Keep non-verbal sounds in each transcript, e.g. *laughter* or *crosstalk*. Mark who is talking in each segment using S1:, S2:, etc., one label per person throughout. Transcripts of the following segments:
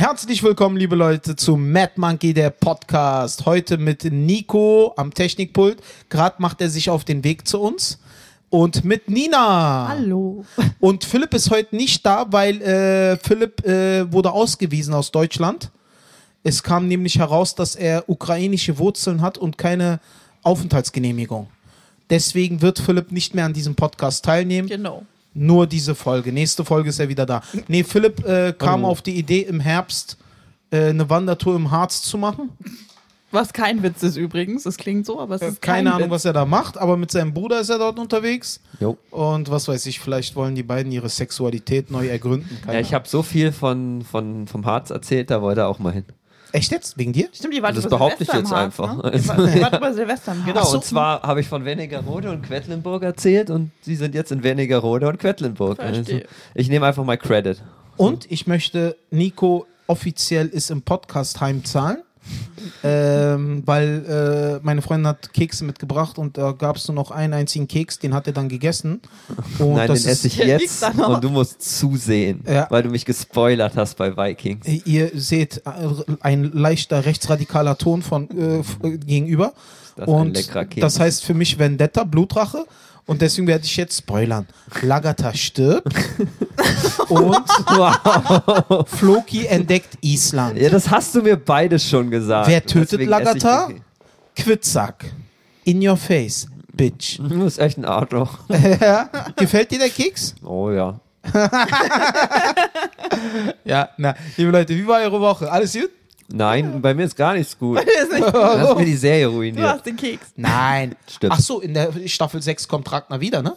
S1: Herzlich willkommen, liebe Leute, zu Mad Monkey, der Podcast. Heute mit Nico am Technikpult. Gerade macht er sich auf den Weg zu uns. Und mit
S2: Ah.
S1: Nina.
S3: Hallo.
S1: Und Philipp ist heute nicht da, weil äh, Philipp äh, wurde ausgewiesen aus Deutschland. Es kam nämlich heraus, dass er ukrainische Wurzeln hat und keine Aufenthaltsgenehmigung. Deswegen wird Philipp nicht mehr an diesem Podcast teilnehmen.
S3: Genau.
S1: Nur diese Folge. Nächste Folge ist er wieder da. Nee, Philipp äh, kam auf die Idee, im Herbst äh, eine Wandertour im Harz zu machen.
S3: Was kein Witz ist übrigens. Es klingt so, aber es ist kein
S1: Keine Ahnung,
S3: Witz.
S1: was er da macht, aber mit seinem Bruder ist er dort unterwegs.
S2: Jo.
S1: Und was weiß ich, vielleicht wollen die beiden ihre Sexualität neu ergründen. Keine
S2: Ja, ich habe so viel von, von, vom Harz erzählt, da wollte er auch mal hin.
S1: Ahnung. Echt jetzt? Wegen dir?
S3: Stimmt, die waren
S2: Das
S3: über
S2: behaupte ich
S3: Silvester
S2: jetzt
S3: im
S2: einfach.
S3: Harz, Ne? Die waren über Silvester im *laughs*
S2: Genau,
S3: Harz.
S2: und zwar habe ich von Wernigerode und Quedlinburg erzählt und sie sind jetzt in Wernigerode und Quedlinburg. Also,
S3: Verstehe.
S2: ich nehme einfach mal Credit.
S1: Und ich möchte Nico offiziell ist im Podcast heimzahlen. ähm, weil äh, meine Freundin hat Kekse mitgebracht und da gab es nur noch einen einzigen Keks, den hat er dann gegessen. Und
S2: Nein,
S1: das
S2: den esse
S1: ist,
S2: ich
S3: Ja, liegt
S2: jetzt
S3: da noch.
S2: und du musst zusehen,
S1: Ja.
S2: weil du mich gespoilert hast bei Vikings.
S1: Ihr seht äh, ein leichter rechtsradikaler Ton von äh, f- äh, gegenüber.
S2: Das ist ein
S1: und
S2: leckerer Keks.
S1: das heißt für mich Vendetta, Blutrache. Und deswegen werde ich jetzt spoilern. Lagata
S2: *laughs*
S1: stirbt und
S2: *laughs* Wow.
S1: Floki entdeckt Island.
S2: Ja, das hast du mir beides schon gesagt.
S1: Wer tötet
S2: Deswegen esse ich
S1: Lagata?
S2: den
S1: Quitzack. In your face, bitch.
S2: Keks. Du bist echt ein *laughs* Arschloch.
S1: Gefällt dir der Keks?
S2: Oh ja. *laughs*
S1: Ja, na, liebe Leute, wie war eure Woche? Alles gut?
S2: Nein, bei mir ist gar nichts gut.
S3: Das ist nicht-
S2: Du hast mir die Serie
S3: Genau. Du
S2: ruiniert.
S3: hast den Keks.
S1: Nein.
S2: *laughs* Stimmt.
S1: Ach so, in der Staffel 6 kommt Ragnar wieder,
S2: *laughs*
S1: ne?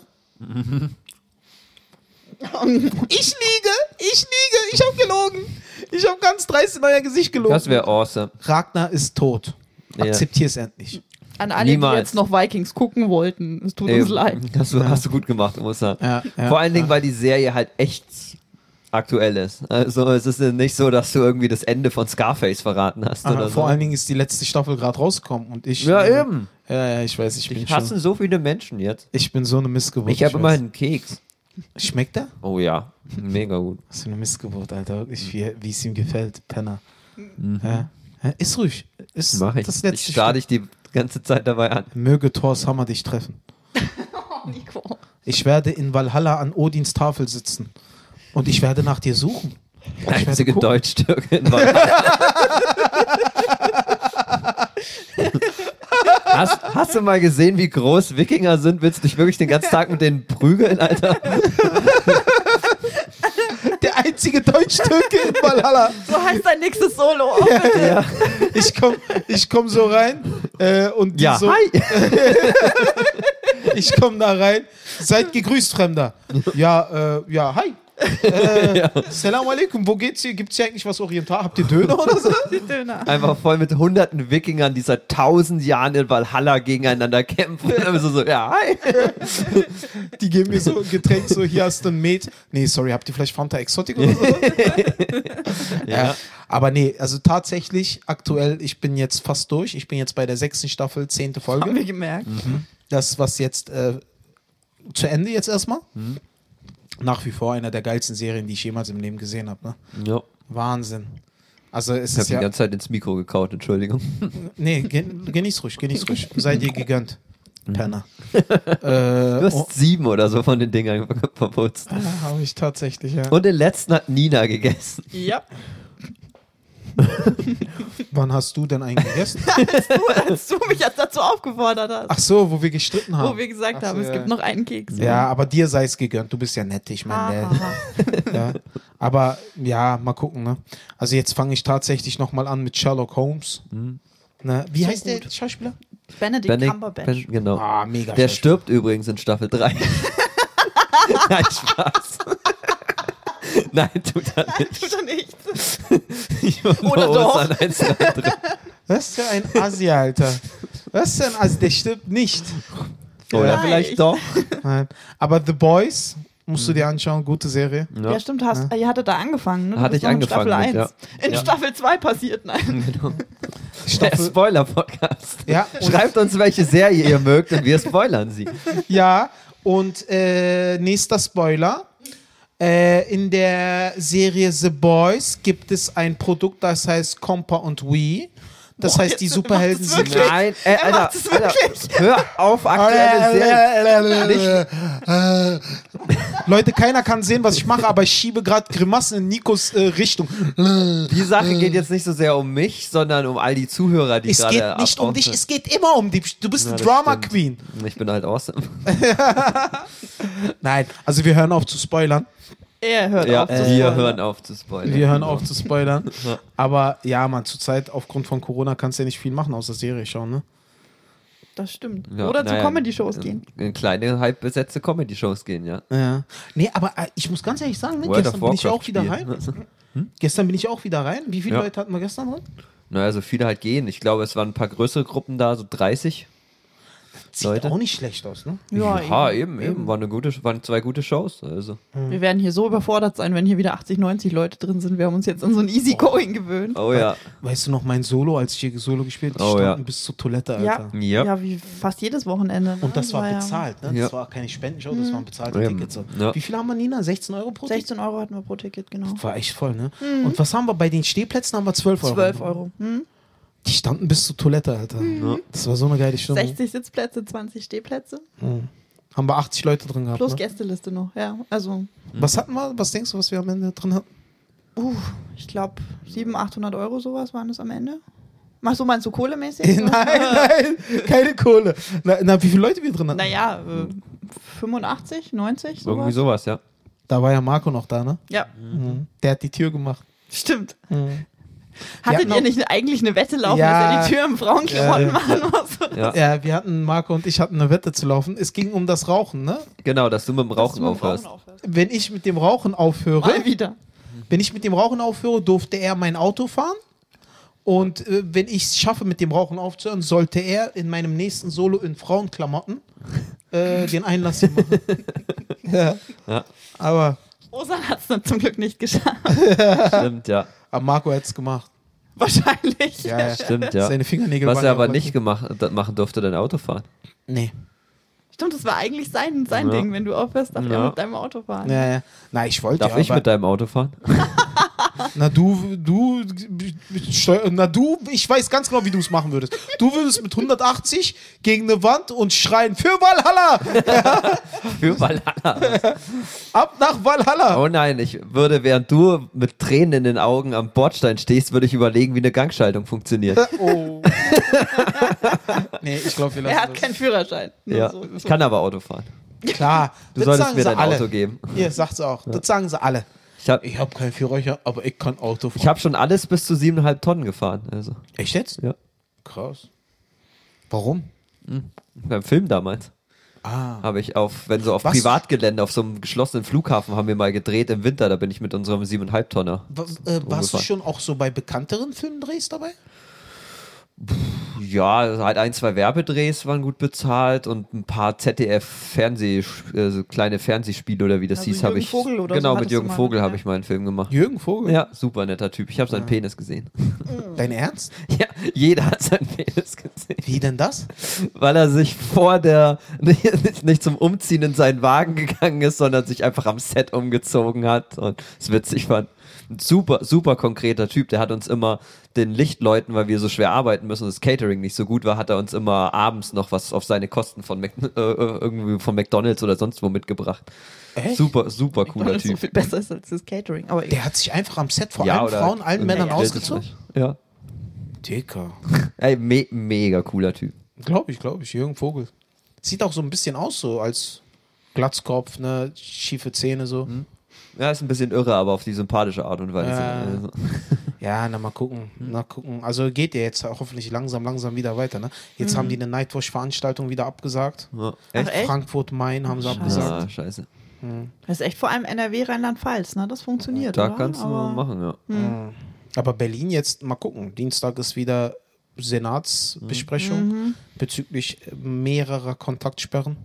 S1: ich liege, ich liege, ich habe gelogen. Ich habe ganz dreist in euer Gesicht gelogen.
S2: Das wäre awesome.
S1: Ragnar ist tot.
S2: Ja.
S1: Akzeptier es endlich.
S3: An alle, die
S2: Niemals.
S3: jetzt noch Vikings gucken wollten. Es tut uns
S2: Eben.
S3: leid.
S2: Das du- hast du gut gemacht, muss ich sagen.
S1: Ja, ja,
S2: Vor allen Dingen,
S1: ja.
S2: weil die Serie halt echt aktuell ist. Also es ist nicht so, dass du irgendwie das Ende von Scarface verraten hast.
S1: Ah,
S2: oder
S1: vor
S2: so.
S1: allen Dingen ist die letzte Staffel gerade rausgekommen und ich.
S2: Ja,
S1: äh,
S2: eben.
S1: Ja, ja, ich weiß, ich bin
S2: Ich
S1: schon.
S2: hassen so viele Menschen jetzt.
S1: Ich bin so eine Missgeburt.
S2: Ich habe
S1: weiß.
S2: immerhin einen Keks.
S1: Schmeckt der?
S2: Oh ja, mega gut.
S1: Was für eine Missgeburt, Alter. Wirklich, wie wie es ihm gefällt, Penner. Ja. Ja, Ist ruhig. Ist
S2: Mhm. Mach ich.
S1: das
S2: ich
S1: letzte
S2: starr dich die ganze Zeit dabei an.
S1: Stück. Möge Thors Hammer dich treffen.
S3: Nico.
S1: Ich werde in Valhalla an Odins Tafel sitzen. Und ich werde nach dir suchen. Ich werde
S2: Einzige
S1: gucken. *laughs*
S2: Deutsch-Türkin war. Hast, hast du mal gesehen, wie groß Wikinger sind? Willst du dich wirklich den ganzen Tag mit denen prügeln, Alter?
S1: Der einzige Deutsch-Türke in Valhalla.
S3: So heißt dein nächstes Solo.
S2: Ja.
S1: Ich komme ich komm so rein äh, und die
S2: Ja,
S1: so,
S2: hi.
S1: *laughs* ich komme da rein. Seid gegrüßt, Fremder. Ja, äh, ja, hi.
S2: *laughs*
S1: Äh, Salam alaikum, wo geht's hier? Gibt's hier eigentlich was Oriental? Habt ihr Döner oder so?
S3: *laughs* Die Döner.
S2: Einfach voll mit hunderten Wikingern, die seit tausend Jahren in Valhalla gegeneinander kämpfen. Und dann so, so, ja, hi.
S1: Die geben mir
S2: *laughs*
S1: so ein Getränk, so hier hast du ein Met. Nee, sorry, habt ihr vielleicht Fanta Exotic oder
S2: *laughs*
S1: so? ja. Aber nee, also tatsächlich aktuell, ich bin jetzt fast durch. Ich bin jetzt bei der sechsten Staffel, zehnte
S3: Haben
S1: Folge.
S3: wir gemerkt.
S2: Mhm.
S1: Das, was jetzt äh, zu Ende jetzt erstmal.
S2: Mhm.
S1: Nach wie vor einer der geilsten Serien, die ich jemals im Leben gesehen habe. Ne?
S2: Ja.
S1: Wahnsinn. Also es
S2: Ich habe
S1: ist
S2: die
S1: ja.
S2: ganze Zeit ins Mikro gekaut, Entschuldigung.
S1: Nee, gen, genieß ruhig, genieß ruhig. Sei dir gegönnt.
S2: *laughs*
S1: Penner.
S2: Mhm. Du
S1: äh,
S2: hast
S1: oh,
S2: sieben oder so von den Dingern ver- verputzt.
S1: habe ich tatsächlich, ja.
S2: Und den letzten hat Nina gegessen.
S3: Ja.
S1: Wann hast du denn einen gegessen?
S3: Du, als du mich jetzt dazu aufgefordert hast.
S1: Ach so, wo wir gestritten haben.
S3: Wo wir gesagt
S1: Ach so,
S3: haben, es
S1: ja.
S3: gibt noch einen Keks.
S1: ja, aber dir sei es gegönnt. Du bist ja nett, ich meine. ja. Aber ja, mal gucken. Ne? Also jetzt fange ich tatsächlich nochmal an mit Sherlock Holmes. Ne? Wie
S3: So
S1: heißt der
S3: gut.
S1: Schauspieler?
S3: Benedict
S2: Benedict-
S3: Cumberbatch.
S2: Ben- genau.
S1: Ah, mega. Schauspieler.
S2: Der stirbt übrigens in
S1: *laughs*
S2: Staffel 3. Nein, Spaß. Nein, tut er nicht.
S3: *laughs* Tut er nicht.
S2: Ich war
S3: Oder
S2: nur
S3: doch.
S2: an eins, zwei, drei.
S1: Was für ein Asi, Alter. Was für ein Asi, der stirbt nicht.
S2: Oder
S3: Vielleicht.
S2: vielleicht doch.
S1: Nein. Aber The Boys musst du dir anschauen, gute Serie.
S3: Ja, stimmt, hast, ihr hattet da angefangen, ne? Du
S2: Hatte
S3: bist
S2: ich
S3: noch in
S2: angefangen
S3: Staffel
S2: mit,
S3: 1. In
S2: Ja.
S3: Staffel 2 passiert, nein.
S2: Der
S1: Staffel,
S2: Spoiler-Podcast.
S1: ja, und,
S2: Schreibt uns, welche Serie ihr mögt und wir spoilern sie.
S1: ja, und äh, nächster Spoiler. Äh, in der Serie The Boys gibt es ein Produkt, das heißt Compa und Wii. Das heißt, die Superhelden sind.
S2: Nein, äh, Alter,
S3: macht's
S2: Alter, hör auf, aktuelle Serie.
S1: Nicht- Leute, keiner kann sehen, was ich mache, aber ich schiebe gerade Grimassen in Nikos äh, Richtung.
S2: Die Sache geht jetzt nicht so sehr um mich, sondern um all die Zuhörer, die
S1: Es
S2: gerade
S1: geht nicht um
S2: abhauen.
S1: dich, es geht immer um dich. Du bist
S2: Ja,
S1: eine
S2: das
S1: Drama
S2: stimmt.
S1: Queen.
S2: Ich bin halt awesome.
S1: Nein, also wir hören auf zu spoilern.
S3: Er hört
S2: Ja,
S3: auf. zu
S2: wir
S3: spoilern.
S2: hören auf zu spoilern.
S1: Wir hören auf zu
S2: *laughs*
S1: spoilern. Aber ja, man, zurzeit aufgrund von Corona kannst du ja nicht viel machen, außer Serie schauen, ne?
S3: Das stimmt.
S2: Ja,
S3: Oder
S2: naja,
S3: zu Comedy-Shows
S2: in-
S3: gehen.
S2: In kleine, halb besetzte Comedy-Shows gehen, ja.
S1: Ja. Nee, aber äh, ich muss ganz ehrlich sagen, ne,
S2: World
S1: gestern
S2: of
S1: bin ich
S2: Warcraft
S1: auch wieder rein.
S2: *laughs*
S1: Hm?
S2: spielen. Hm?
S1: Gestern bin ich auch wieder rein. Wie viele
S2: Ja.
S1: Leute hatten wir gestern drin?
S2: Naja, so viele halt gehen. Ich glaube, es waren ein paar größere Gruppen da, so 30.
S1: Sieht
S2: Leute?
S1: auch nicht schlecht aus, ne?
S3: Oh,
S2: Ja, eben, eben. War eine gute, waren zwei gute Shows. Also.
S3: Wir werden hier so überfordert sein, wenn hier wieder 80, 90 Leute drin sind. Wir haben uns jetzt an so ein Easy-Going gewöhnt.
S2: Oh ja.
S1: Weißt du noch mein Solo, als ich hier Solo gespielt habe?
S2: Oh, ja.
S1: Stunden bis zur Toilette, Alter.
S3: Ja,
S2: Ja.
S3: ja, wie fast jedes Wochenende. ne?
S1: Und das war
S3: ja-
S1: bezahlt, ne?
S2: Ja.
S1: Das war keine Spendenshow, das waren bezahlte
S2: Ja.
S1: Tickets. So.
S2: Ja.
S1: Wie viel haben wir, Nina? 16 Euro pro Ticket?
S3: 16 Euro hatten wir pro Ticket, genau.
S1: War echt voll, ne? Und was haben wir bei den Stehplätzen? Haben wir 12 Euro.
S3: 12 Euro. Mhm. Hm?
S1: Die standen bis zur Toilette, Alter. Das war so eine geile Stimmung.
S3: 60 Sitzplätze, 20 Stehplätze.
S1: Mhm. Haben wir 80 Leute drin gehabt.
S3: Plus
S1: ne?
S3: Gästeliste noch, ja. Also,
S1: Was hatten wir? Was denkst du, was wir am Ende drin hatten?
S3: uh, ich glaube, 700, 800 Euro sowas waren es am Ende. Machst du meinst du
S2: *laughs*
S3: kohlemäßig? *laughs*
S1: nein, nein, keine Kohle. Na, na, wie viele Leute wir drin hatten?
S3: Naja, äh, 85, 90, sowas.
S2: Irgendwie sowas, ja.
S1: Da war ja Marco noch da, ne?
S3: Ja,
S1: Mhm. Der hat die Tür gemacht.
S3: stimmt.
S1: Mhm.
S3: Hattet
S1: Ja,
S3: ihr nicht eigentlich eine Wette laufen,
S1: Ja.
S3: dass ihr die Tür im Frauenklamotten
S1: Ja.
S3: machen muss?
S2: ja.
S1: Ja, wir hatten, Marco und ich hatten eine Wette zu laufen. Es ging um das Rauchen, ne?
S2: Genau, dass du mit dem
S3: Dass
S2: Rauchen
S3: du mit dem
S2: aufhörst.
S3: aufhörst.
S1: Wenn ich mit dem Rauchen aufhöre,
S3: Mal wieder.
S1: wenn ich mit dem Rauchen aufhöre, durfte er mein Auto fahren. Und äh, wenn ich es schaffe, mit dem Rauchen aufzuhören, sollte er in meinem nächsten Solo in Frauenklamotten äh, den Einlass hier machen. ja.
S2: Ja.
S1: Aber,
S3: Osan hat es dann zum Glück nicht geschafft.
S2: Stimmt, ja.
S1: aber Marco hat es gemacht.
S3: *laughs* Wahrscheinlich.
S1: Ja, ja.
S2: Stimmt, ja.
S1: Seine Fingernägel
S2: Was
S1: waren
S2: er
S1: ja
S2: aber
S1: auch
S2: nicht
S1: weg.
S2: gemacht, da- machen durfte, dein Auto fahren.
S1: Nee.
S3: Stimmt, das war eigentlich sein, sein
S2: Ja.
S3: Ding. Wenn du aufhörst, darf
S2: Ja.
S3: er mit deinem Auto fahren.
S1: Ja, ja. Na, ich wollte
S2: Darf
S1: ja,
S2: ich
S1: aber-
S2: mit deinem Auto fahren?
S1: *laughs* Na du, du, steu- na du, ich weiß ganz genau, wie du es machen würdest. Du würdest mit 180 gegen eine Wand und schreien für Valhalla,
S2: Für Valhalla.
S1: ab nach Valhalla.
S2: Oh nein, ich würde, während du mit Tränen in den Augen am Bordstein stehst, würde ich überlegen, wie eine
S1: *laughs*
S2: Gangschaltung funktioniert. *laughs*
S1: Oh. nee, ich glaube, wir lassen
S3: Er hat keinen Führerschein. Nur
S2: Ja.
S3: so.
S2: Ich kann aber Auto fahren.
S1: das. Klar,
S2: Du
S1: das
S2: solltest
S1: sagen
S2: mir
S1: sie
S2: dein
S1: alle.
S2: Auto geben.
S1: Ihr sagt's auch, das sagen sie alle.
S2: Ich habe
S1: Ich habe keinen Führerschein, aber ich kann Auto fahren.
S2: ich hab schon alles bis zu siebeneinhalb Tonnen gefahren. Also,
S1: Echt jetzt?
S2: ja.
S1: Krass. Warum?
S2: Beim Film damals.
S1: Ah.
S2: Habe ich auf, wenn so auf
S1: Was?
S2: Privatgelände, auf so einem geschlossenen Flughafen haben wir mal gedreht im Winter, da bin ich mit unserem siebeneinhalb Tonner.
S1: Wa- äh, warst du
S2: Umgefahren.
S1: schon auch so bei bekannteren Filmdrehs dabei?
S2: Ja, also halt ein, zwei Werbedrehs waren gut bezahlt und ein paar ZDF-Fernseh, äh, so kleine Fernsehspiele oder wie das
S3: Also
S2: hieß, habe
S3: Jürgen
S2: ich.
S3: Vogel oder so
S2: genau, mit
S3: hattest du
S2: Jürgen
S3: mal,
S2: Vogel
S3: ne?
S2: habe ich mal einen Film gemacht.
S1: Jürgen Vogel?
S2: Ja, super netter Typ. Ich habe seinen Penis gesehen. *laughs*
S1: Dein Ernst?
S2: ja, jeder hat seinen Penis gesehen.
S1: Wie denn das?
S2: Weil er sich vor der, *laughs* nicht, nicht zum Umziehen in seinen Wagen gegangen ist, sondern sich einfach am Set umgezogen hat und es witzig fand. Ein super, super konkreter Typ. Der hat uns immer den Lichtleuten, weil wir so schwer arbeiten müssen und das Catering nicht so gut war, hat er uns immer abends noch was auf seine Kosten von, Mc, *laughs* äh, irgendwie von McDonalds oder sonst wo mitgebracht.
S1: Echt?
S2: Super, super
S3: Weil
S2: cooler
S3: es so
S2: Typ.
S3: viel besser ist als das Catering. Aber egal.
S1: Der hat sich einfach am Set vor
S2: Ja,
S1: allen
S2: oder-
S1: Frauen, allen Männern
S3: Ja, das ist
S1: ausgezogen?
S2: Ja.
S1: Dicker.
S2: Ey, me mega cooler Typ.
S1: Glaube ich, glaube ich. Jürgen Vogel. Sieht auch so ein bisschen aus, so als Glatzkopf, ne, schiefe Zähne so.
S2: Ja, ist ein bisschen irre, aber auf die sympathische Art und Weise.
S1: Ja.
S2: Also,
S1: Ja, na mal gucken,
S3: Hm.
S1: na gucken. Also geht ja jetzt hoffentlich langsam, langsam wieder weiter, ne? Jetzt haben die eine Nightwatch-Veranstaltung wieder abgesagt.
S2: ja.
S3: Hm. Ach,
S2: Echt?
S3: echt?
S1: Frankfurt, Main haben sie
S3: Scheiße.
S1: abgesagt.
S2: Ah, scheiße.
S3: Das ist echt vor allem NRW, Rheinland-Pfalz, ne? Das funktioniert.
S2: Da
S3: oder?
S2: kannst du
S3: Aber
S2: machen, ja.
S1: Aber Berlin jetzt, mal gucken. Dienstag ist wieder
S3: Hm.
S1: Senatsbesprechung
S3: Mhm.
S1: bezüglich mehrerer Kontaktsperren.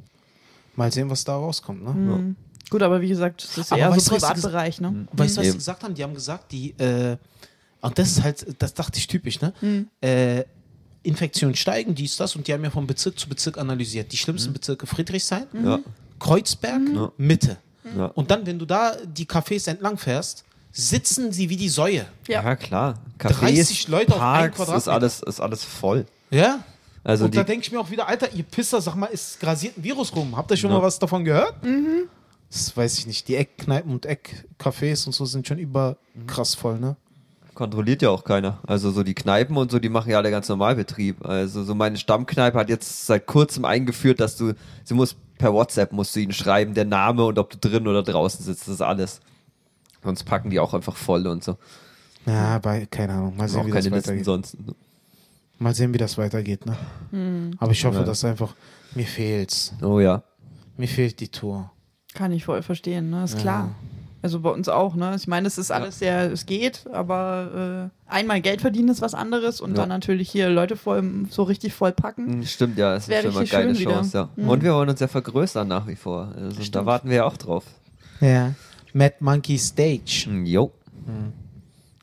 S1: Mal sehen, was da rauskommt, ne?
S3: Hm. Gut, aber wie gesagt, das ist
S1: Aber
S3: eher
S1: weißt
S3: so
S1: du, was du ges-
S3: Privatbereich,
S2: Hm.
S3: ne?
S1: Weißt du, was sie
S2: Eben.
S1: gesagt haben? Die haben gesagt, die, äh, und das ist halt, das dachte ich typisch, ne?
S3: Hm.
S1: Äh, Infektionen steigen, dies, das, und die haben ja
S3: Hm.
S1: von Bezirk zu Bezirk analysiert. Die schlimmsten Bezirke Friedrichshain,
S2: Ja.
S1: Kreuzberg, Mitte.
S2: Ja.
S1: Und dann, wenn du da die Cafés entlang fährst, sitzen sie wie die Säue.
S2: Ja,
S3: Ja.
S2: klar.
S1: 30 Leute auf einen
S2: Parks, ist
S1: Quadratmeter.
S2: alles, ist alles voll.
S1: Ja?
S2: Also
S1: und
S2: die,
S1: da denke ich mir auch wieder, Alter, ihr Pisser, sag mal, es grasiert ein Virus rum. Habt ihr schon
S2: Ja.
S1: mal was davon gehört? Das weiß ich nicht. Die Eckkneipen und Eckcafés und so sind schon
S2: Mhm.
S1: überkrass voll, ne?
S2: kontrolliert ja auch keiner. Also so die Kneipen und so, die machen ja alle ganz normal Betrieb. Also so meine Stammkneipe hat jetzt seit kurzem eingeführt, dass du, sie muss per WhatsApp musst du ihnen schreiben, der Name und ob du drin oder draußen sitzt, das ist alles. Sonst packen die auch einfach voll und so.
S1: Ja, bei, keine Ahnung. Mal sehen,
S2: auch
S1: wie
S2: keine
S1: das
S2: Listen
S1: weitergeht.
S2: sonst.
S1: Mal sehen, wie das weitergeht, ne? Aber ich hoffe,
S2: Ja.
S1: dass einfach, mir fehlt's.
S2: Oh ja.
S1: Mir fehlt die Tour.
S3: Kann ich voll verstehen, ne? Ist klar. Also bei uns auch, ne? Ich meine, es ist alles sehr, es geht, aber äh, einmal Geld verdienen ist was anderes und
S2: Ja.
S3: dann natürlich hier Leute voll, so richtig voll packen.
S2: Hm, Stimmt, ja, es ist
S3: Wäre
S2: schon mal eine
S3: richtig schön
S2: geile
S3: wieder. Hm.
S2: Chance, ja. Und wir wollen uns ja vergrößern nach wie vor. Also, da
S3: Stimmt.
S2: warten wir ja auch drauf.
S1: Ja. Mad Monkey Stage.
S2: Hm, Jo.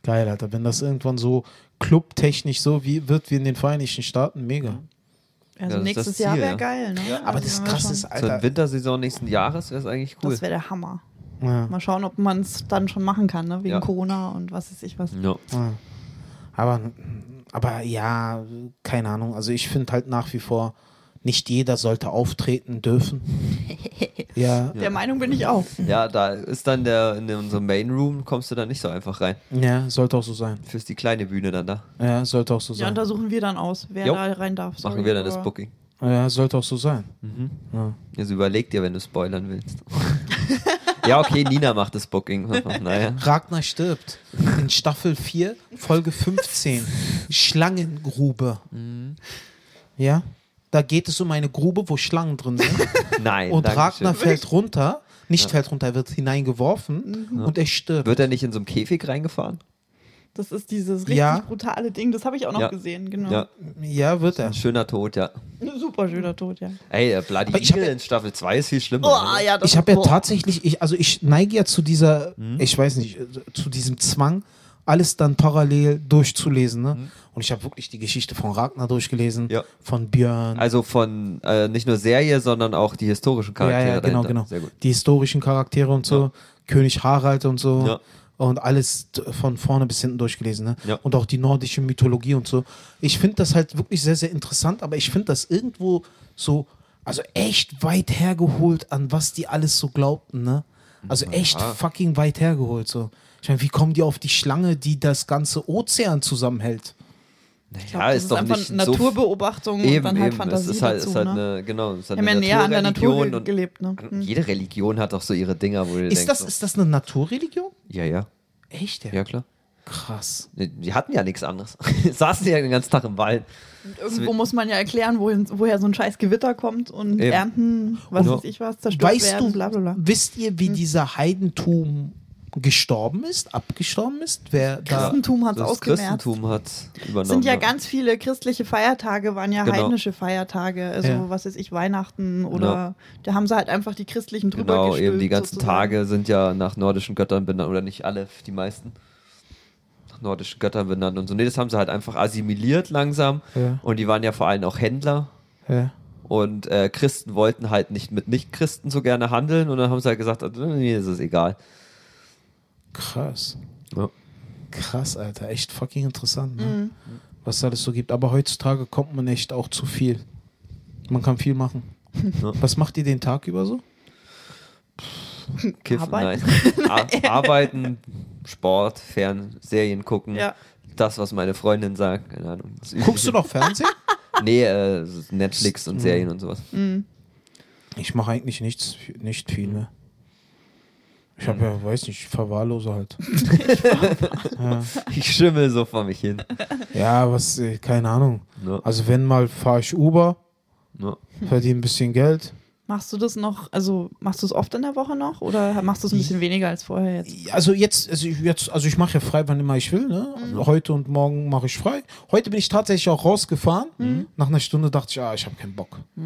S1: Geil, Alter. Wenn das irgendwann so clubtechnisch so wie, wird wie in den Vereinigten Staaten, mega.
S3: Also
S2: das ist
S3: nächstes
S2: das Ziel,
S3: Jahr wäre
S2: ja.
S3: geil, ne? Also
S1: Aber das
S3: wenn wir
S1: Krasse
S3: schon-
S1: ist,
S2: Zur
S1: Alter.
S2: Wintersaison nächsten Jahres wäre es eigentlich cool.
S3: Das wäre der Hammer.
S1: Ja.
S3: Mal schauen, ob man es dann schon machen kann, ne? Wegen
S2: Ja. Hm.
S3: Corona und was weiß ich was.
S2: Ja.
S1: Ja. Aber, aber ja, keine Ahnung. Also ich finde halt nach wie vor, nicht jeder sollte auftreten dürfen. ja,
S3: Der Meinung bin ich auch.
S2: ja, da ist dann der, in unserem Main Room kommst du dann nicht so einfach rein.
S1: ja, sollte auch so sein.
S2: Fürs die kleine Bühne dann da.
S1: Ja, sollte auch so
S3: Ja,
S1: sein.
S3: und da suchen wir dann aus, wer
S2: Jo.
S3: da rein darf.
S2: Machen
S3: Sorry,
S2: wir dann das
S3: aber-
S2: Booking.
S1: Ja, sollte auch so sein. Ja.
S2: Also überleg dir, wenn du spoilern willst. *laughs* ja, okay, Nina macht das Booking. Naja.
S1: Ragnar stirbt in Staffel 4, Folge 15. Schlangengrube. Ja, da geht es um eine Grube, wo Schlangen drin sind.
S2: Nein.
S1: Und
S2: Dankeschön.
S1: Ragnar fällt runter. Nicht fällt runter, er wird hineingeworfen und er stirbt.
S2: Mhm. Wird er nicht in so einem Käfig reingefahren?
S3: Das ist dieses richtig
S1: Ja.
S3: brutale Ding, das habe ich auch noch gesehen, genau.
S2: Ja,
S1: Ja, wird er.
S2: ein schöner Tod, ja.
S3: Ein super schöner Tod, ja.
S2: Ey, der Bloody
S1: Aber ich hab
S2: Eagle
S1: ja-
S2: in Staffel 2 ist Mhm. viel schlimmer. oder?
S3: Oh, ah, ja
S1: ich habe ja tatsächlich, ich, also ich neige ja zu dieser, ich weiß nicht, äh, zu diesem Zwang, alles dann parallel durchzulesen. Ne? Und ich habe wirklich die Geschichte von Ragnar durchgelesen,
S2: Mhm. Ja.
S1: von Björn.
S2: Also von äh, nicht nur Serie, sondern auch die historischen
S1: ja,
S2: Charaktere.
S1: ja, genau,
S2: dahinter.
S1: genau.
S2: Sehr gut.
S1: Die historischen Charaktere und so, König Harald und so.
S2: Ja.
S1: Und alles t- von vorne bis hinten durchgelesen. Ne?
S2: Ja.
S1: Und auch die nordische Mythologie und so. Ich finde das halt wirklich sehr, sehr interessant, aber ich finde das irgendwo so, also echt weit hergeholt, an was die alles so glaubten. Ne? Also echt fucking weit hergeholt. So. Ich meine, wie kommen die auf die Schlange, die das ganze Ozean zusammenhält?
S3: Ich
S2: Ja,
S3: glaub, das
S2: ist doch
S3: einfach
S2: nicht so-
S3: Naturbeobachtung und dann halt Fantasie
S2: es ist halt,
S3: dazu,
S2: es ist halt
S3: ne?
S2: eine, genau, es ist halt
S3: Wir haben ja
S2: eine
S3: näher an der Natur
S2: Naturreligion
S3: ge gelebt, ne?
S2: und jede Religion hat doch so ihre Dinger, wo du denkst,
S1: Ist das,
S2: so,
S1: ist das eine Naturreligion?
S2: ja, ja,
S1: Echt?
S2: ja klar.
S1: Krass.
S2: Nee, Die hatten ja nichts anderes. *laughs* Saßen ja den ganzen Tag im Wald.
S3: Irgendwo muss man ja erklären, wohin, woher so ein scheiß Gewitter kommt und
S2: Eben.
S3: Ernten, was
S2: Ja.
S3: weiß ich was, zerstört
S1: Weißt
S3: werden,
S1: du,
S3: bla Hm. bla bla.
S1: wisst ihr, wie dieser Heidentum gestorben ist, abgestorben ist? Wer da,
S3: Christentum hat's
S2: Das
S3: ausgemerzt.
S2: Christentum hat übernommen.
S3: Es sind ja ganz viele christliche Feiertage, waren ja
S2: Genau.
S3: heidnische Feiertage. Also,
S1: Ja.
S3: was weiß ich, Weihnachten oder da haben sie halt einfach die christlichen drüber
S2: Genau,
S3: gestülpt,
S2: eben die ganzen
S3: sozusagen.
S2: Tage sind ja nach nordischen Göttern benannt, oder nicht alle, die meisten. Nach nordischen Göttern benannt und so. Nee, das haben sie halt einfach assimiliert langsam.
S1: Ja.
S2: Und die waren ja vor allem auch Händler.
S1: ja.
S2: Und äh, Christen wollten halt nicht mit Nicht-Christen so gerne handeln. Und dann haben sie halt gesagt, also, nee, ist es egal.
S1: Krass.
S2: Ja.
S1: Krass, Alter. Echt fucking interessant,
S3: Mhm.
S1: ne? was es alles so gibt. Aber heutzutage kommt man echt auch zu viel. Man kann viel machen.
S2: Ja.
S1: Was macht ihr den Tag über so?
S2: Kiffen,
S3: Arbeiten? *laughs*
S2: nein. Ar Arbeiten, Sport, Fern, Serien gucken.
S3: Ja.
S2: Das, was meine Freundin sagt, keine Ahnung. Das
S1: Guckst du
S2: *laughs*
S1: noch Fernsehen?
S2: Nee, äh, Netflix
S3: Mhm.
S2: und Serien und sowas.
S1: Ich mache eigentlich nichts, nicht viel, ne? Ich habe ja, weiß nicht, ich verwahrlose
S3: *laughs*
S1: halt.
S2: Ich schimmel so vor mich hin.
S1: Ja, was, äh, keine Ahnung.
S2: Ja.
S1: Also wenn mal fahre ich Uber,
S2: Ja.
S1: verdiene ein bisschen Geld.
S3: Machst du das noch, also machst du es oft in der Woche noch oder machst du es ein bisschen weniger als vorher jetzt?
S1: Also jetzt, also ich, jetzt, also ich mache ja frei, wann immer ich will. Ne?
S3: Mhm.
S1: Heute und morgen mache ich frei. Heute bin ich tatsächlich auch rausgefahren. Nach einer Stunde dachte ich, ah, ich habe keinen Bock. *laughs*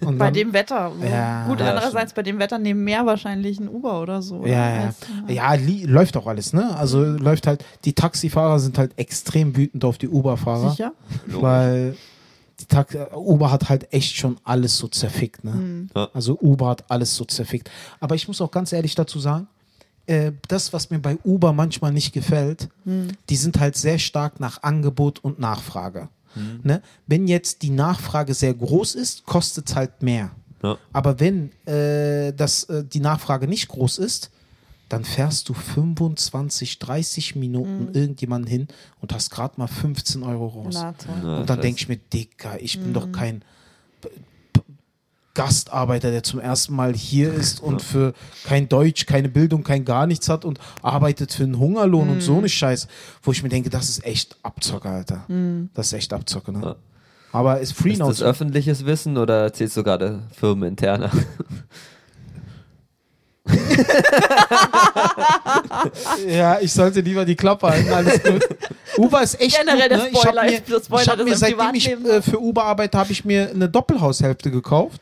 S1: Und
S3: Mhm. Bei
S1: dann-
S3: dem Wetter. So.
S1: Ja.
S3: Gut,
S2: Ja,
S3: andererseits bei dem Wetter nehmen mehr wahrscheinlich ein Uber oder so. oder?
S1: ja, ja.
S3: Als- äh,
S1: ja li- läuft auch alles, ne? Also
S3: Mhm.
S1: läuft halt, die Taxifahrer sind halt extrem wütend auf die Uber-Fahrer.
S3: Sicher?
S1: Weil die Tag Uber hat halt echt schon alles so zerfickt. Ne?
S2: Ja.
S1: Also Uber hat alles so zerfickt. Aber ich muss auch ganz ehrlich dazu sagen, äh, das, was mir bei Uber manchmal nicht gefällt, die sind halt sehr stark nach Angebot und Nachfrage.
S2: Mhm.
S1: Ne? Wenn jetzt die Nachfrage sehr groß ist, kostet es halt mehr.
S2: Ja.
S1: Aber wenn äh, das, äh, die Nachfrage nicht groß ist, dann fährst du 25, 30 Minuten irgendjemanden hin und hast gerade mal 15 Euro raus.
S3: Na, toll.
S2: Ja,
S1: Und dann
S2: scheiße.
S1: denke ich mir, Dicker, ich bin doch kein P- P- Gastarbeiter, der zum ersten Mal hier
S2: *laughs*
S1: ist und für kein Deutsch, keine Bildung, kein gar nichts hat und arbeitet für einen Hungerlohn und so eine Scheiße. Wo ich mir denke, das ist echt Abzocker, Alter. Das ist echt Abzocker, ne?
S2: Ja.
S1: Aber ist Free
S2: Ist
S1: Now.
S2: das öffentliches Wissen oder erzählst du gerade firmeninterner?
S1: Ja, ich sollte lieber die Klappe halten, alles gut.
S3: *laughs*
S1: Uber ist echt
S3: Generell
S1: gut,
S3: der
S1: ne? Ich hab
S3: Spoiler
S1: mir,
S3: ist- der Spoiler
S1: ich hab
S3: ist
S1: mir
S3: im
S1: seitdem ich
S3: Privatleben.
S1: äh, für Uber arbeite, habe ich mir eine Doppelhaushälfte gekauft.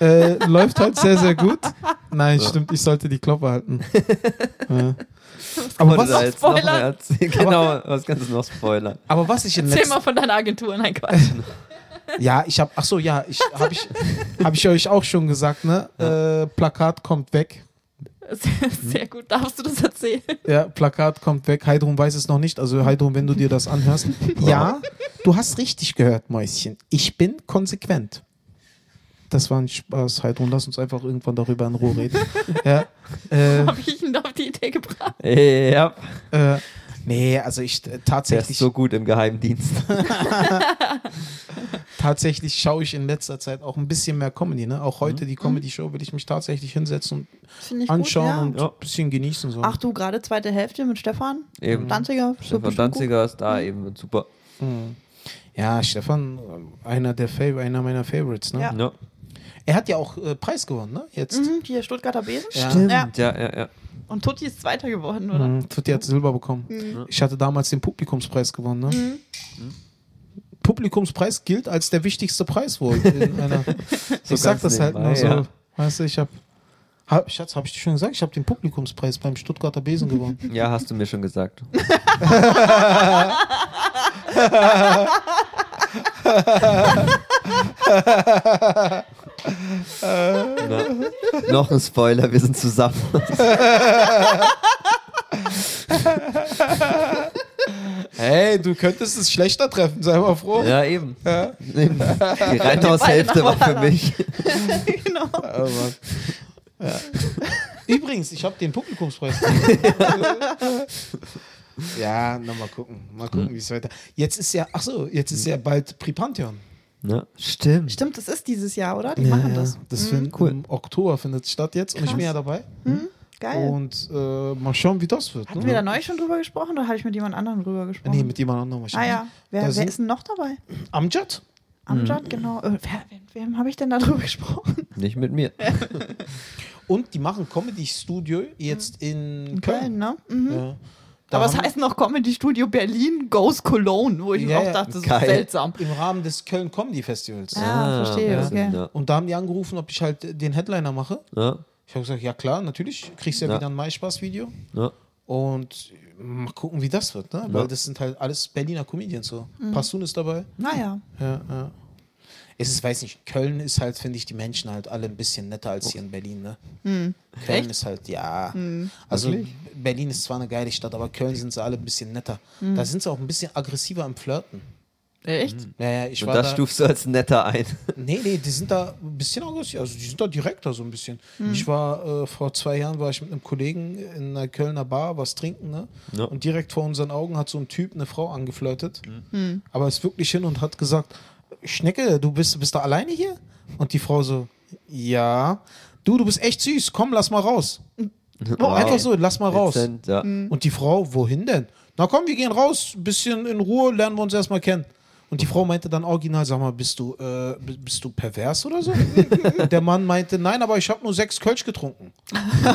S1: Äh, läuft halt sehr, sehr gut. Nein, stimmt, ich sollte die Klappe halten. Ja. *laughs* Aber,
S2: Oder
S1: was,
S2: jetzt noch
S3: Spoiler?
S2: mehr erzählen? genau, was kannst du noch spoilern?
S1: aber was ich in
S3: Erzähl
S1: letzter
S3: mal von deiner Agentur. Nein,
S1: *laughs*
S3: Quatsch.
S1: Ja, ich habe, ach so, ja, ich habe
S3: *laughs*
S1: ich, hab ich euch auch schon gesagt, ne? Äh, Plakat kommt weg.
S3: Sehr, sehr gut. Darfst du das erzählen?
S1: Ja, Plakat kommt weg. Heidrun weiß es noch nicht. Also Heidrun, wenn du dir das anhörst. ja, du hast richtig gehört, Mäuschen. Ich bin konsequent. Das war ein Spaß, Heidrun. Lass uns einfach irgendwann darüber in Ruhe reden. ja, äh,
S3: Habe ich ihn auf die Idee gebracht?
S2: Ja,
S1: äh, nee, also ich äh,
S2: der ist
S1: tatsächlich,
S2: so gut im Geheimdienst.
S1: tatsächlich schaue ich in letzter Zeit auch ein bisschen mehr Comedy. Ne? Auch heute die Comedy-Show will ich mich tatsächlich hinsetzen
S3: Finde
S1: und anschauen und
S2: Ja.
S1: ein bisschen genießen. So.
S3: Ach du, gerade zweite Hälfte mit Stefan?
S2: Eben.
S3: Danziger?
S2: Stefan
S3: bestimmt gut.
S2: Danziger ist da eben super.
S1: Ja, Stefan, einer, der Fav einer meiner Favorites. Ne?
S3: Ja.
S2: Ja.
S1: Er hat ja auch äh, Preis gewonnen, ne? Jetzt.
S3: Mhm, hier Stuttgarter Besen.
S1: Ja.
S3: Ja.
S2: Ja, ja, ja.
S3: Und Tutti ist Zweiter geworden, oder?
S1: Mhm, Tutti hat Silber bekommen. Ich hatte damals den Publikumspreis gewonnen. Ne? Publikumspreis gilt als der wichtigste Preis wohl. *laughs* In einer ich sag
S2: ganz
S1: das halt
S2: nebenbei,
S1: nur so.
S2: ja.
S1: Weißt du, ich habe, hab, Schatz, habe ich dir schon gesagt, ich habe den Publikumspreis beim Stuttgarter Besen gewonnen.
S2: Ja, hast du mir schon gesagt. Na, noch ein Spoiler, wir sind zusammen.
S1: *laughs* Hey, du könntest es schlechter treffen, sei mal
S3: Oh.
S1: froh.
S2: Ja, eben.
S1: Ja.
S2: Eben. Die Reithaushälfte war für mich.
S3: *laughs* genau.
S1: Oh Mann. Ja. *laughs* Übrigens, ich habe den *laughs* Publikumspreis. gewonnen. ja, na mal gucken. Mal gucken, wie es weiter. Jetzt ist ja, ach so, jetzt ist ja bald Pripantheon.
S2: Ne? Stimmt.
S3: Stimmt, das ist dieses Jahr, oder? Die machen das. Mhm.
S1: Das find,
S2: cool.
S1: im Oktober findet es statt jetzt und ich bin ja dabei.
S3: Geil.
S1: Und äh, mal schauen, wie das wird.
S3: Hatten
S1: Ne?
S3: wir da neulich schon drüber gesprochen oder hatte ich mit jemand anderem drüber gesprochen?
S1: Nee, mit jemand anderem
S3: ah
S1: wahrscheinlich.
S3: ja. Wer,
S1: Da
S3: wer
S1: sind-
S3: ist denn noch dabei?
S1: Amjad?
S2: Hm.
S3: Amjad, genau. Äh, wer, wem, wem habe ich denn da drüber *laughs* gesprochen?
S2: Nicht mit mir.
S1: Und die machen Comedy Studio jetzt in,
S3: In Köln,
S1: Köln.
S3: ne? Mhm.
S1: Ja. Da
S3: Aber es
S1: haben-
S3: heißt noch Comedy Studio Berlin Goes Cologne, wo ich
S1: Ja, ja.
S3: auch dachte, das ist
S2: Geil.
S3: seltsam.
S1: Im Rahmen des Köln Comedy Festivals.
S3: Ah, verstehe,
S2: ja.
S3: okay.
S2: Ja.
S1: Und da haben die angerufen, ob ich halt äh, den Headliner mache.
S2: Ja.
S1: Ich habe gesagt, ja klar, natürlich, kriegst ja,
S2: Ja.
S1: wieder ein MySpaß-Video.
S2: Ja.
S1: Und äh, mal gucken, wie das wird, ne? Weil das sind halt alles Berliner Comedians so.
S3: Mhm.
S1: Passun ist dabei.
S3: Naja.
S1: Ja, ja. Es ist, weiß nicht, Köln ist halt, finde ich, die Menschen halt alle ein bisschen netter als hier in Berlin, ne? Köln
S3: Echt?
S1: ist halt, ja. Also Berlin ist zwar eine geile Stadt, aber Köln sind sie alle ein bisschen netter. Da sind sie auch ein bisschen aggressiver am Flirten.
S3: Äh, Echt?
S2: Hm.
S1: Naja, ich
S2: Und
S1: war
S2: das
S1: da,
S2: stufst du als netter ein.
S1: Nee, nee, die sind da ein bisschen aggressiv. Also die sind da direkter so ein bisschen. Ich war äh, vor zwei Jahren war ich mit einem Kollegen in einer Kölner Bar was trinken, ne?
S2: Ja.
S1: Und direkt vor unseren Augen hat so ein Typ eine Frau angeflirtet. Aber ist wirklich hin und hat gesagt, Schnecke, du bist, bist da alleine hier? Und die Frau so, ja. Du, du bist echt süß, komm, lass mal raus. Einfach so, lass mal raus.
S2: Dezent, ja.
S3: Mhm.
S1: Und die Frau, wohin denn? Na komm, wir gehen raus, bisschen in Ruhe, lernen wir uns erstmal kennen. Und die Frau meinte dann original, sag mal, bist du, äh, b- bist du pervers oder so? Der Mann meinte, nein, aber ich habe nur sechs Kölsch getrunken.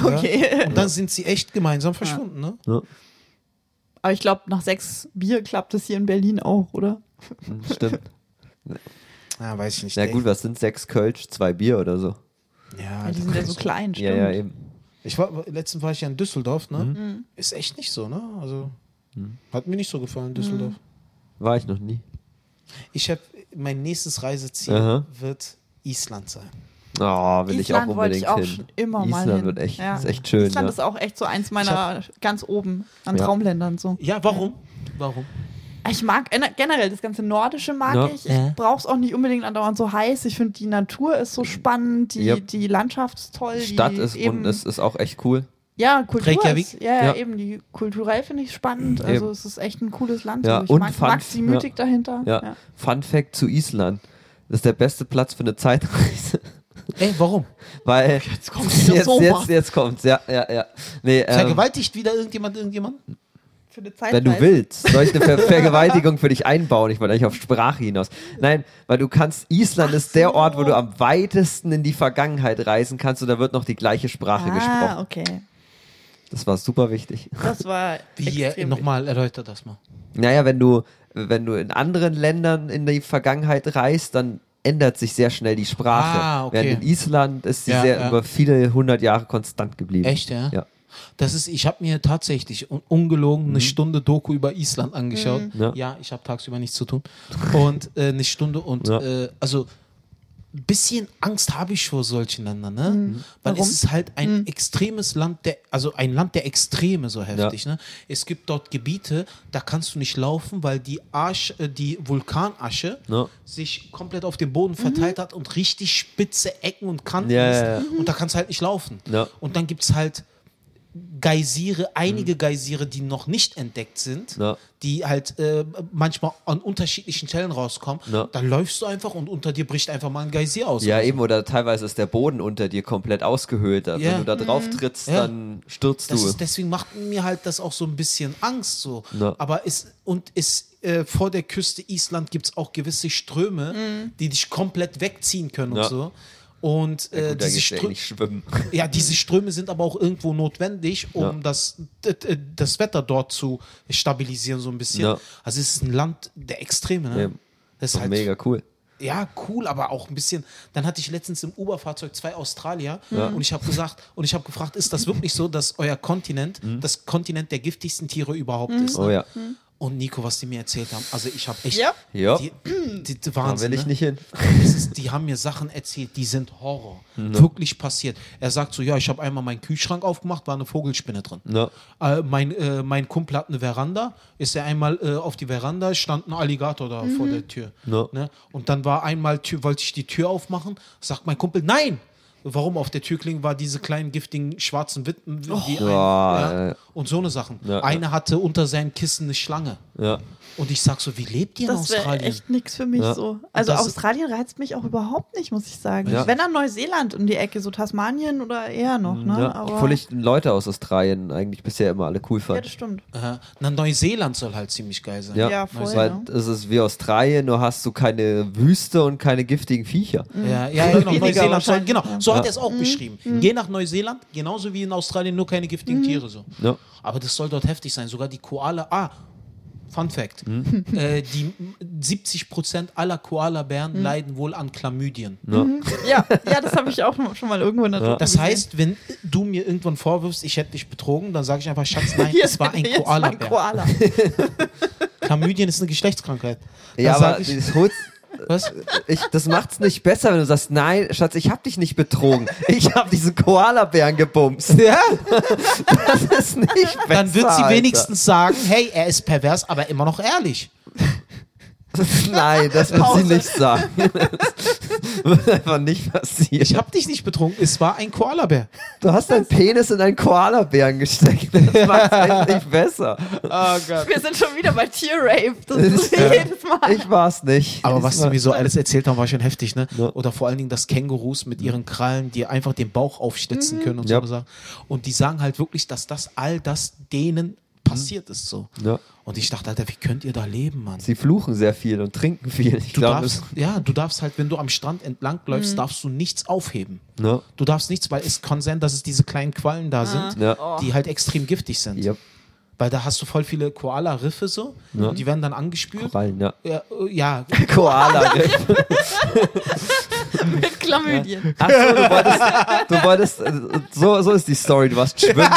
S3: Okay. *laughs*
S1: Und dann sind sie echt gemeinsam verschwunden, ne?
S2: Ja.
S3: Aber ich glaube, nach sechs Bier klappt es hier in Berlin auch, oder?
S2: mhm,
S3: *laughs*
S2: Stimmt.
S1: Ja, weiß ich nicht.
S2: Na
S1: ey.
S2: gut, was sind sechs Kölsch, zwei Bier oder so? Ah,
S1: Ja,
S3: Ja, die
S1: das
S3: sind ja
S1: ist
S3: so
S1: so.
S3: klein, stimmt.
S2: Ja, ja, eben.
S1: Ich war, letztens war ich ja in Düsseldorf, ne?
S2: Mhm.
S1: Ist echt nicht so, ne? Also, hat mir nicht so gefallen, Düsseldorf.
S2: War ich noch nie.
S1: Ich habe mein nächstes Reiseziel
S2: Aha.
S1: wird Island sein.
S2: Oh, will ich auch
S3: Island wollte
S2: unbedingt
S3: ich auch
S2: hin.
S3: schon immer
S2: Island
S3: mal hin.
S2: Wird echt,
S3: Ja.
S2: ist echt schön. ne?
S3: Island
S2: ja.
S3: ist auch echt so eins meiner ganz oben an
S2: Ja.
S3: Traumländern so.
S1: Ja, warum? Warum?
S3: Ich mag ener- generell das ganze Nordische mag
S2: Ja.
S3: ich. Ich
S1: Ja.
S3: brauch's auch nicht unbedingt andauernd so heiß. Ich finde die Natur ist so spannend, die,
S2: Yep.
S3: die Landschaft ist toll.
S2: Die Stadt
S3: die
S2: ist
S3: eben,
S2: und es ist auch echt cool.
S3: Ja, Kultur ist,
S1: Reykjavik.
S3: ja, ja,
S2: Ja.
S3: eben die kulturell finde ich spannend. Also
S2: Eben.
S3: es ist echt ein cooles Land.
S2: Ja,
S3: so. Ich
S2: und
S3: mag,
S2: Fun-
S3: mag die
S2: ja.
S3: Mythik dahinter.
S2: Ja.
S3: Ja.
S2: Fun Fact zu Island. Das ist der beste Platz für eine Zeitreise. *laughs*
S1: Ey, warum?
S2: Weil
S3: Jetzt kommt wieder
S2: *laughs* jetzt,
S3: sowas.
S2: jetzt, jetzt kommt's, ja, ja, ja. Nee, ähm,
S1: Vergewaltigt wieder irgendjemand irgendjemanden?
S3: Für eine Zeit.
S2: Wenn du willst, soll ich eine
S1: *laughs*
S2: Ver Vergewaltigung für dich einbauen? Ich wollte eigentlich auf Sprache hinaus. Nein, weil du kannst, Island ist der Ort, wo du am weitesten in die Vergangenheit reisen kannst und da wird noch die gleiche Sprache
S3: Ah,
S2: gesprochen.
S3: okay.
S2: Das war super wichtig.
S3: Das war
S1: Wie, äh,
S3: extrem
S1: nochmal, erläutert das mal.
S2: Naja, wenn du, wenn du in anderen Ländern in die Vergangenheit reist, dann ändert sich sehr schnell die Sprache.
S1: Ah, okay.
S2: Während in Island ist sie
S1: Ja,
S2: sehr
S1: ja.
S2: über viele hundert Jahre konstant geblieben.
S1: Echt, ja?
S2: Ja. Mhm.
S1: Das ist, ich habe mir tatsächlich un ungelogen eine Stunde Doku über Island angeschaut.
S2: Ja.
S1: Ja. ich habe tagsüber nichts zu tun. Und äh, eine Stunde und
S2: Ja.
S1: äh, also ein bisschen Angst habe ich vor solchen Ländern, ne?
S2: Mhm.
S1: Weil
S3: Warum?
S1: es ist halt ein extremes Land, der, also ein Land der Extreme so heftig, ne? Es gibt dort Gebiete, da kannst du nicht laufen, weil die Arsch, äh, die Vulkanasche
S2: Ja. Mhm.
S1: sich komplett auf dem Boden verteilt hat und richtig spitze Ecken und Kanten
S2: Ja, ja, ja.
S1: ist. Und da kannst du halt nicht laufen.
S2: Ja.
S1: Und dann gibt es halt Geysire, einige Geysire, die noch nicht entdeckt sind,
S2: Mhm. Ja.
S1: die halt äh, manchmal an unterschiedlichen Stellen rauskommen.
S2: Ja.
S1: Dann läufst du einfach und unter dir bricht einfach mal ein Geysir aus.
S2: Ja, eben, oder teilweise ist der Boden unter dir komplett ausgehöhlt. Also
S1: Ja. Mhm.
S2: Wenn du da drauf trittst,
S1: Ja.
S2: dann stürzt
S1: Also, Das
S2: du.
S1: ist, deswegen macht mir halt das auch so ein bisschen Angst. So.
S2: Ja.
S1: Aber es, und es, äh, vor der Küste Island gibt es auch gewisse Ströme, die dich komplett wegziehen können
S2: Ja.
S1: und so. Und äh,
S2: Gut, da
S1: diese
S2: gehst du eh
S1: Strö-
S2: nicht *laughs* schwimmen.
S1: Ja, diese Ströme sind aber auch irgendwo notwendig, um
S2: Ja.
S1: das, d- d- das Wetter dort zu stabilisieren, so ein bisschen.
S2: Ja.
S1: Also es ist ein Land der Extreme. Ne?
S2: Ja.
S1: Das ist
S2: Doch
S1: halt,
S2: mega cool.
S1: Ja, cool, aber auch ein bisschen. Dann hatte ich letztens im Uber-Fahrzeug zwei Australier
S2: Ja.
S1: und ich habe gesagt, und ich habe gefragt, ist das wirklich so, dass euer Kontinent das Kontinent der giftigsten Tiere überhaupt ist?
S2: Mhm.
S1: ne?
S2: Oh ja.
S1: Und Nico, was die mir erzählt haben, also ich habe echt.
S3: Ja.
S2: Ja.
S1: Die, die, die
S2: Da
S1: Wahnsinn,
S2: will ich
S1: ne?
S2: nicht hin.
S1: Das ist, die haben mir Sachen erzählt, die sind Horror. Wirklich passiert. Er sagt so, ja, ich habe einmal meinen Kühlschrank aufgemacht, war eine Vogelspinne drin.
S2: Ja.
S1: Äh, mein, äh, mein Kumpel hat eine Veranda, ist er einmal äh, auf die Veranda, stand ein Alligator da vor
S3: Mhm.
S1: der Tür.
S2: Ja.
S1: Ne? Und dann war einmal, Tür, wollte ich die Tür aufmachen, sagt mein Kumpel, nein! Warum auf der Türklinge war diese kleinen giftigen schwarzen Witten, die ein,
S2: Ja, ja.
S1: und so eine Sachen.
S2: Ja, ja.
S1: Einer hatte unter seinem Kissen eine Schlange.
S2: *laughs* Ja.
S1: Und ich sag so, wie lebt ihr in
S3: Das wäre
S1: Australien?
S3: echt nichts für mich
S2: Ja.
S3: so. Also
S1: das-
S3: Australien reizt mich auch überhaupt nicht, muss ich sagen.
S2: Ja.
S3: Wenn dann Neuseeland um die Ecke, so Tasmanien oder eher noch, ne?
S2: Ja.
S3: Aber,
S2: Obwohl ich Leute aus Australien eigentlich bisher immer alle cool
S3: ja,
S2: fand.
S3: das stimmt.
S1: Aha. Na, Neuseeland soll halt ziemlich geil sein.
S2: Ja,
S3: Ja, voll,
S2: weil
S3: ja.
S2: es ist wie Australien, nur hast du keine Wüste und keine giftigen Viecher.
S1: Ja, ja, ja genau.
S3: Weniger
S1: Neuseeland soll,
S3: wahrscheinlich,
S1: genau.
S3: ja.
S1: So hat
S2: Ja.
S1: er es auch beschrieben. Geh nach Neuseeland, genauso wie in Australien, nur keine giftigen Tiere so.
S2: Ja.
S1: Aber das soll dort heftig sein. Sogar die Koala. Ah, Fun Fact:
S2: Mhm.
S1: äh, Die 70% aller Koala-Bären leiden wohl an Chlamydien.
S2: Ja.
S3: Ja, ja das habe ich auch schon mal irgendwo in der
S2: Ja.
S3: Doku
S1: Das
S3: gesehen.
S1: heißt, wenn du mir irgendwann vorwirfst, ich hätte dich betrogen, dann sage ich einfach, *laughs* Schatz, nein,
S3: Hier
S1: es war ein
S3: jetzt war ein
S1: Koala-Bär.
S3: Koala.
S1: Chlamydien ist eine Geschlechtskrankheit. Dann
S2: Ja, aber
S1: sag ich,
S2: das holst, *laughs*
S1: was?
S2: ich, das macht's nicht besser, wenn du sagst, nein, Schatz, ich hab dich nicht betrogen. Ich hab diesen Koala-Bären gebumst. *laughs*
S1: Ja,
S2: Das ist nicht besser.
S1: dann wird sie
S2: Alter.
S1: wenigstens sagen, hey, er ist pervers, aber immer noch ehrlich.
S2: *laughs* Nein, das wird
S3: Pause.
S2: sie nicht sagen. *laughs* Das wird einfach nicht passieren.
S1: Ich habe dich nicht betrunken, es war ein
S2: *laughs*
S1: Koalabär.
S2: Du hast deinen Penis in einen Koalabären gesteckt. Das macht eigentlich besser.
S1: Oh Gott.
S3: Wir sind schon wieder bei Tierrape. Das ist jedes Mal.
S2: Ich war's nicht.
S1: Aber was sie
S2: Diesmal-
S1: mir so alles erzählt haben, war schon heftig, ne?
S2: Ja.
S1: Oder vor allen Dingen, dass Kängurus mit ihren Krallen dir einfach den Bauch aufschlitzen können und
S2: Mhm. Ja.
S1: so Sachen. Und die sagen halt wirklich, dass das all das denen passiert ist so.
S2: Mhm. Ja.
S1: Und ich dachte, Alter, wie könnt ihr da leben, Mann?
S2: Sie fluchen sehr viel und trinken viel. Ich
S1: Du
S2: glaube,
S1: darfst, ja, du darfst halt, wenn du am Strand entlang läufst, darfst du nichts aufheben.
S2: ne?
S1: Du darfst nichts, weil es kann sein, dass es diese kleinen Quallen da sind,
S2: Ja.
S3: Oh.
S1: die halt extrem giftig sind.
S2: Ja,
S1: Weil da hast du voll viele Koala-Riffe so, und die werden dann angespült. *laughs*
S2: Korallen, ja.
S1: Ja, äh, ja,
S2: Koala.
S3: Mit Chlamydien.
S2: Achso, du wolltest, du wolltest, so, so ist die Story, du warst schwimmen.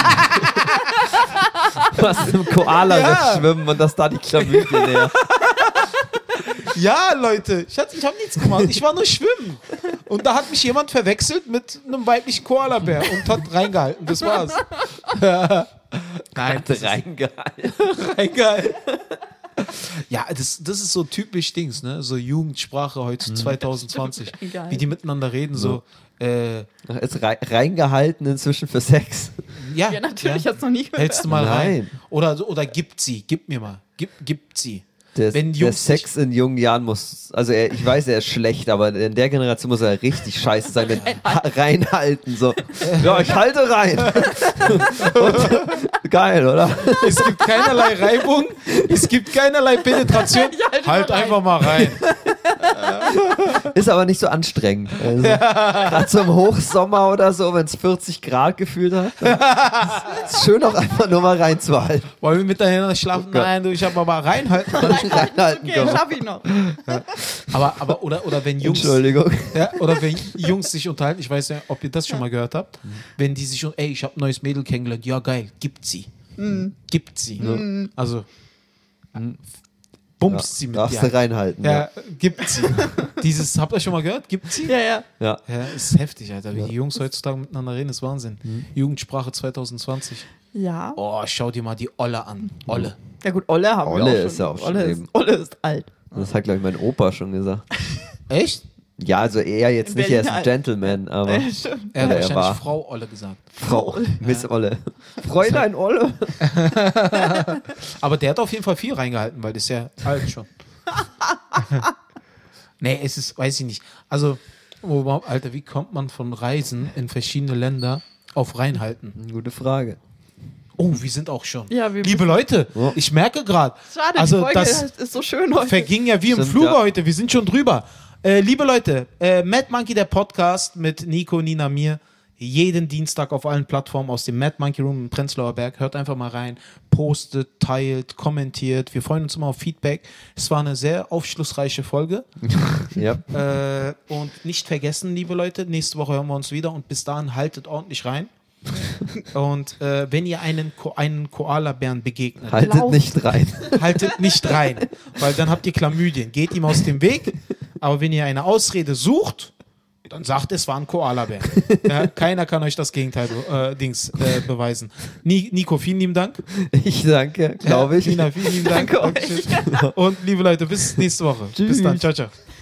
S2: Du warst im Koala
S1: Ja.
S2: schwimmen und das da die Chlamydien her.
S1: Ja, Leute, Schatz, ich habe nichts gemacht. Ich war nur schwimmen. Und da hat mich jemand verwechselt mit einem weiblichen Koalabär und hat reingehalten. Das war's. Nein, das
S2: Hat
S1: ist
S2: *laughs* reingehalten.
S1: reingehalten. Ja, das, das ist so typisch Dings, ne? So Jugendsprache heute 2020.
S3: Geil.
S1: Wie die miteinander reden, so. Äh,
S2: Ist rei- reingehalten inzwischen für Sex.
S1: ja,
S3: Ja, natürlich,
S1: ja.
S3: hast du noch nie gehört.
S1: Hältst du mal rein.
S2: Nein.
S1: Oder, so- oder gibt sie, gib mir mal. Gib, gibt sie.
S2: Der,
S1: Wenn
S2: der
S1: Jungs nicht-
S2: Sex in jungen Jahren muss, also er, ich weiß, er ist schlecht, aber in der Generation muss er richtig scheiße sein, wenn ha- reinhalten, so. Ja, ich halte rein. *laughs* Und, geil, oder?
S1: Es gibt keinerlei Reibung, es gibt keinerlei
S3: *laughs*
S1: Penetration.
S3: Ich halte
S1: Halt
S3: mal
S1: einfach mal
S3: rein.
S1: rein.
S2: Ist aber nicht so anstrengend. Also, Gerade so im Hochsommer oder so, wenn es 40 Grad gefühlt hat. dann Ist schön auch einfach nur mal reinzuhalten.
S1: Wollen wir miteinander schlafen?
S2: Oh Gott.
S1: Nein, du, ich habe mal reinhalten.
S3: *laughs*
S2: Reinhalten,
S3: Okay,
S2: komm.
S3: schaff ich noch.
S1: Aber, aber oder, oder wenn Jungs.
S2: Entschuldigung.
S1: Ja, oder wenn Jungs sich unterhalten, ich weiß ja, ob ihr das schon mal gehört habt,
S2: Mhm.
S1: wenn die sich, ey, ich habe ein neues Mädel kennengelernt, ja geil, gibt sie.
S3: Mhm.
S1: Gibt sie. Also, bumst sie mit
S2: Darfst du
S1: dir.
S2: reinhalten.
S1: Ja, gibt sie. Dieses, habt ihr schon mal gehört? Gibt sie?
S3: Ja, ja.
S2: ja.
S1: Ja, ist heftig, Alter. Wie die Jungs heutzutage miteinander reden, ist Wahnsinn. Jugendsprache 2020.
S3: Ja.
S1: Oh, schau dir mal die Olle an. Olle.
S3: Ja gut, Olle haben wir
S2: Olle
S3: auch
S2: ist
S3: schon.
S2: ja auch schon
S3: Olle,
S2: eben.
S3: ist, Olle ist alt. *laughs*
S2: Das hat, glaube ich, mein Opa schon gesagt.
S1: Echt?
S2: Ja, also er jetzt
S3: In
S2: nicht, er ist
S3: Berlin
S2: ein
S3: halt.
S2: Gentleman, aber
S3: Ja, stimmt.
S1: Er hat
S2: Ja, er
S1: wahrscheinlich
S2: war-
S1: Frau Olle gesagt.
S2: Frau, Miss Olle. Fräulein Olle.
S1: Aber der hat auf jeden Fall viel reingehalten, weil das ist ja alt schon. nee, es ist, weiß ich nicht. Also, wo- Alter, wie kommt man von Reisen in verschiedene Länder auf reinhalten?
S2: Gute Frage.
S1: Oh, wir sind auch schon.
S3: Ja, wir-
S1: Liebe Leute,
S2: Ja.
S1: ich merke gerade,
S3: Schade, die
S1: also
S3: Folge
S1: das
S3: ist so schön heute.
S1: verging ja wie im
S2: Stimmt,
S1: Fluge
S2: ja.
S1: heute. Wir sind schon drüber. Äh, liebe Leute, äh, Mad Monkey, der Podcast mit Nico, Nina, mir. Jeden Dienstag auf allen Plattformen aus dem Mad Monkey Room im Prenzlauer Berg. Hört einfach mal rein. Postet, teilt, kommentiert. Wir freuen uns immer auf Feedback. Es war eine sehr aufschlussreiche Folge.
S2: Ja.
S1: Äh, und nicht vergessen, liebe Leute, nächste Woche hören wir uns wieder und bis dahin haltet ordentlich rein. Und äh, wenn ihr einen, Ko einen Koalabären begegnet,
S2: Haltet
S3: Lauf.
S2: nicht rein.
S1: haltet nicht rein, weil dann habt ihr Chlamydien. Geht ihm aus dem Weg. Aber wenn ihr eine Ausrede sucht, dann sagt, es war ein Koalabär. Ja, keiner kann euch das Gegenteil äh, Dings, äh, beweisen. Ni Nico, vielen lieben Dank.
S2: Ich danke, glaube ich.
S1: Nina, vielen lieben Dank.
S3: Danke euch.
S1: Dankeschön. Und liebe Leute, bis nächste Woche. Bis
S2: Tschüss.
S1: dann. Ciao, ciao.